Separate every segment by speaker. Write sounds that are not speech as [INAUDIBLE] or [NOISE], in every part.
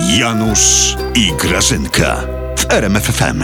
Speaker 1: Janusz i Grażynka w RMFFM.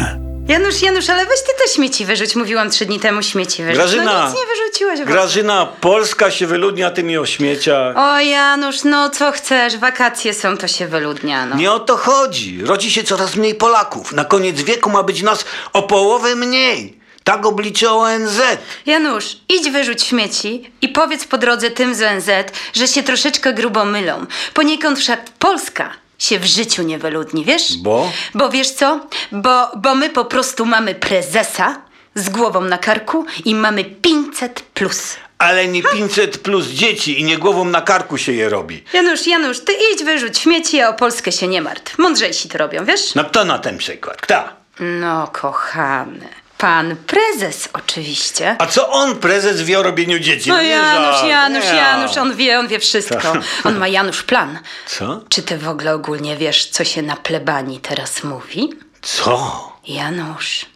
Speaker 2: Janusz, Janusz, ale weź ty te śmieci wyrzuć. Mówiłam trzy dni temu śmieci wyrzuć.
Speaker 3: Grażyna!
Speaker 2: No nic nie wyrzuciłaś.
Speaker 3: Grażyna, Polska się wyludnia tymi o śmieciach.
Speaker 2: O Janusz, no co chcesz? Wakacje są, to się wyludnia, no.
Speaker 3: Nie o to chodzi. Rodzi się coraz mniej Polaków. Na koniec wieku ma być nas o połowę mniej. Tak oblicze ONZ.
Speaker 2: Janusz, idź wyrzuć śmieci i powiedz po drodze tym z ONZ, że się troszeczkę grubo mylą. Poniekąd wszak Polska się w życiu nie wyludni, wiesz?
Speaker 3: Bo?
Speaker 2: Bo wiesz co? Bo, bo my po prostu mamy prezesa z głową na karku i mamy 500 plus.
Speaker 3: Ale nie 500 plus dzieci i nie głową na karku się je robi.
Speaker 2: Janusz, Janusz, ty idź wyrzuć śmieci, a o Polskę się nie martw. Mądrzejsi to robią, wiesz?
Speaker 3: No kto na ten przykład? Kto?
Speaker 2: No, kochany. Pan prezes oczywiście.
Speaker 3: A co on prezes wie o robieniu dzieci?
Speaker 2: No
Speaker 3: Nie
Speaker 2: Janusz,
Speaker 3: żart.
Speaker 2: Janusz,
Speaker 3: Nie.
Speaker 2: Janusz, on wie, on wie
Speaker 3: [LAUGHS]
Speaker 2: wszystko. On ma Janusz plan.
Speaker 3: Co?
Speaker 2: Czy ty w ogóle ogólnie wiesz, co się na plebanii teraz mówi?
Speaker 3: Co?
Speaker 2: Janusz,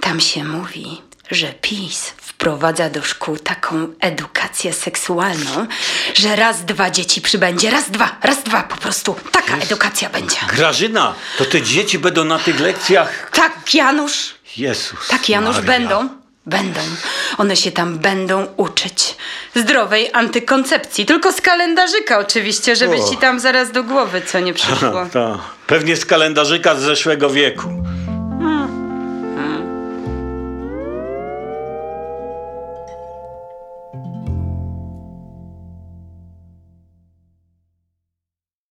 Speaker 2: tam się mówi, że PiS wprowadza do szkół taką edukację seksualną, że raz, dwa dzieci przybędzie, raz, dwa, raz, dwa po prostu. Taka edukacja będzie.
Speaker 3: Grażyna, to te dzieci będą na tych lekcjach...
Speaker 2: Tak, Janusz.
Speaker 3: Jezus
Speaker 2: Tak, Janusz,
Speaker 3: Maria.
Speaker 2: będą. Będą. One się tam będą uczyć. Zdrowej antykoncepcji. Tylko z kalendarzyka oczywiście, żeby
Speaker 3: O. No, [LAUGHS]
Speaker 2: ci tam zaraz do głowy co nie przyszło.
Speaker 3: Ta, pewnie z kalendarzyka z zeszłego wieku.